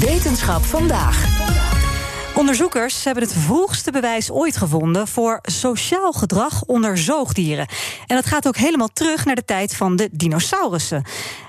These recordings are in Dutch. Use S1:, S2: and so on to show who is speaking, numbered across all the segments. S1: Wetenschap vandaag. Onderzoekers hebben het vroegste bewijs ooit gevonden voor sociaal gedrag onder zoogdieren. En dat gaat ook helemaal terug naar de tijd van de dinosaurussen.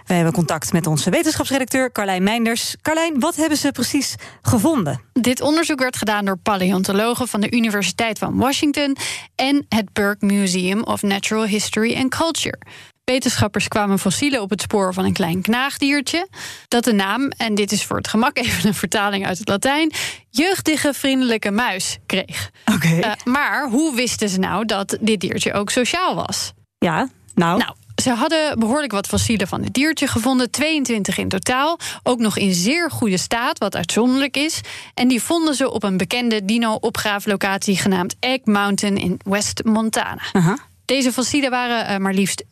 S1: Wij hebben contact met onze wetenschapsredacteur Carlijn Meinders. Carlijn, wat hebben ze precies gevonden?
S2: Dit onderzoek werd gedaan door paleontologen van de Universiteit van Washington en het Burke Museum of Natural History and Culture. Wetenschappers kwamen fossielen op het spoor van een klein knaagdiertje. Dat de naam, en dit is voor het gemak even een vertaling uit het Latijn, jeugdige vriendelijke muis kreeg.
S1: Oké.
S2: Eh, maar hoe wisten ze nou dat dit diertje ook sociaal was?
S1: Ja, nou.
S2: Nou, ze hadden behoorlijk wat fossielen van het diertje gevonden, 22 in totaal. Ook nog in zeer goede staat, wat uitzonderlijk is. En die vonden ze op een bekende dino-opgraaflocatie genaamd Egg Mountain in West Montana.
S1: Aha.
S2: Deze fossielen waren eh, maar liefst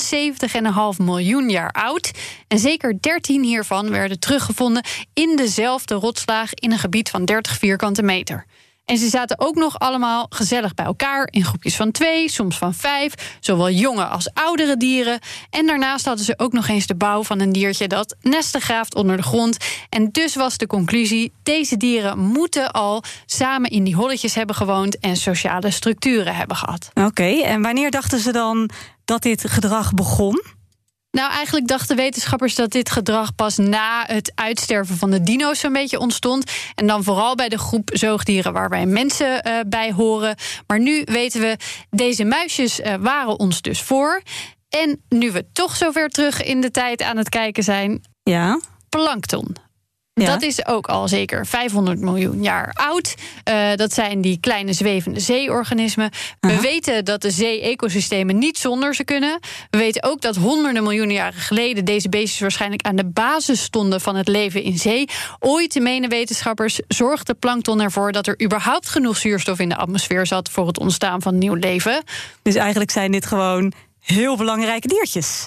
S2: 75,5 miljoen jaar oud. En zeker 13 hiervan werden teruggevonden in dezelfde rotslaag in een gebied van 30 vierkante meter. En ze zaten ook nog allemaal gezellig bij elkaar in groepjes van twee, soms van vijf, zowel jonge als oudere dieren. En daarnaast hadden ze ook nog eens de bouw van een diertje dat nesten graaft onder de grond. En dus was de conclusie: deze dieren moeten al samen in die holletjes hebben gewoond en sociale structuren hebben gehad.
S1: Oké, en wanneer dachten ze dan dat dit gedrag begon?
S2: Nou, eigenlijk dachten wetenschappers dat dit gedrag pas na het uitsterven van de dino's zo'n beetje ontstond. En dan vooral bij de groep zoogdieren waar wij mensen eh, bij horen. Maar nu weten we, deze muisjes eh, waren ons dus voor. En nu we toch zover terug in de tijd aan het kijken zijn,
S1: Ja.
S2: plankton.
S1: ja.
S2: Dat is ook al zeker 500 miljoen jaar oud. Eh, dat zijn die kleine zwevende zeeorganismen. We
S1: Aha.
S2: weten dat de zee-ecosystemen niet zonder ze kunnen. We weten ook dat honderden miljoenen jaren geleden deze beestjes waarschijnlijk aan de basis stonden van het leven in zee. Ooit, menen wetenschappers, zorgde plankton ervoor dat er überhaupt genoeg zuurstof in de atmosfeer zat voor het ontstaan van nieuw leven.
S1: Dus eigenlijk zijn dit gewoon heel belangrijke diertjes.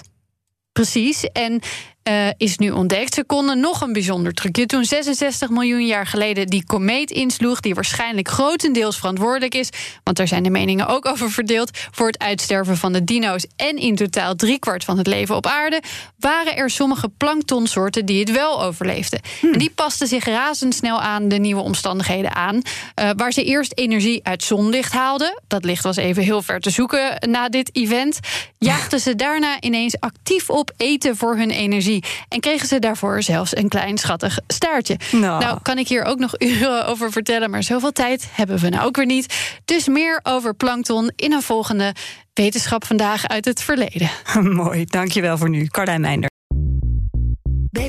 S2: Precies. En eh, is nu ontdekt. Ze konden nog een bijzonder trucje. Toen 66 miljoen jaar geleden die komeet insloeg, die waarschijnlijk grotendeels verantwoordelijk is, want daar zijn de meningen ook over verdeeld, voor het uitsterven van de dino's en in totaal driekwart van het leven op aarde, waren er sommige planktonsoorten die het wel overleefden. En die pasten zich razendsnel aan de nieuwe omstandigheden aan, eh, waar ze eerst energie uit zonlicht haalden. Dat licht was even heel ver te zoeken na dit event. Jaagden ze daarna ineens actief op eten voor hun energie. En kregen ze daarvoor zelfs een klein schattig staartje.
S1: Nou.
S2: Nou, kan ik hier ook nog uren over vertellen, maar zoveel tijd hebben we nou ook weer niet. Dus meer over plankton in een volgende Wetenschap vandaag uit het verleden.
S1: Mooi, dankjewel voor nu, Carlijn Meinder.
S3: Bij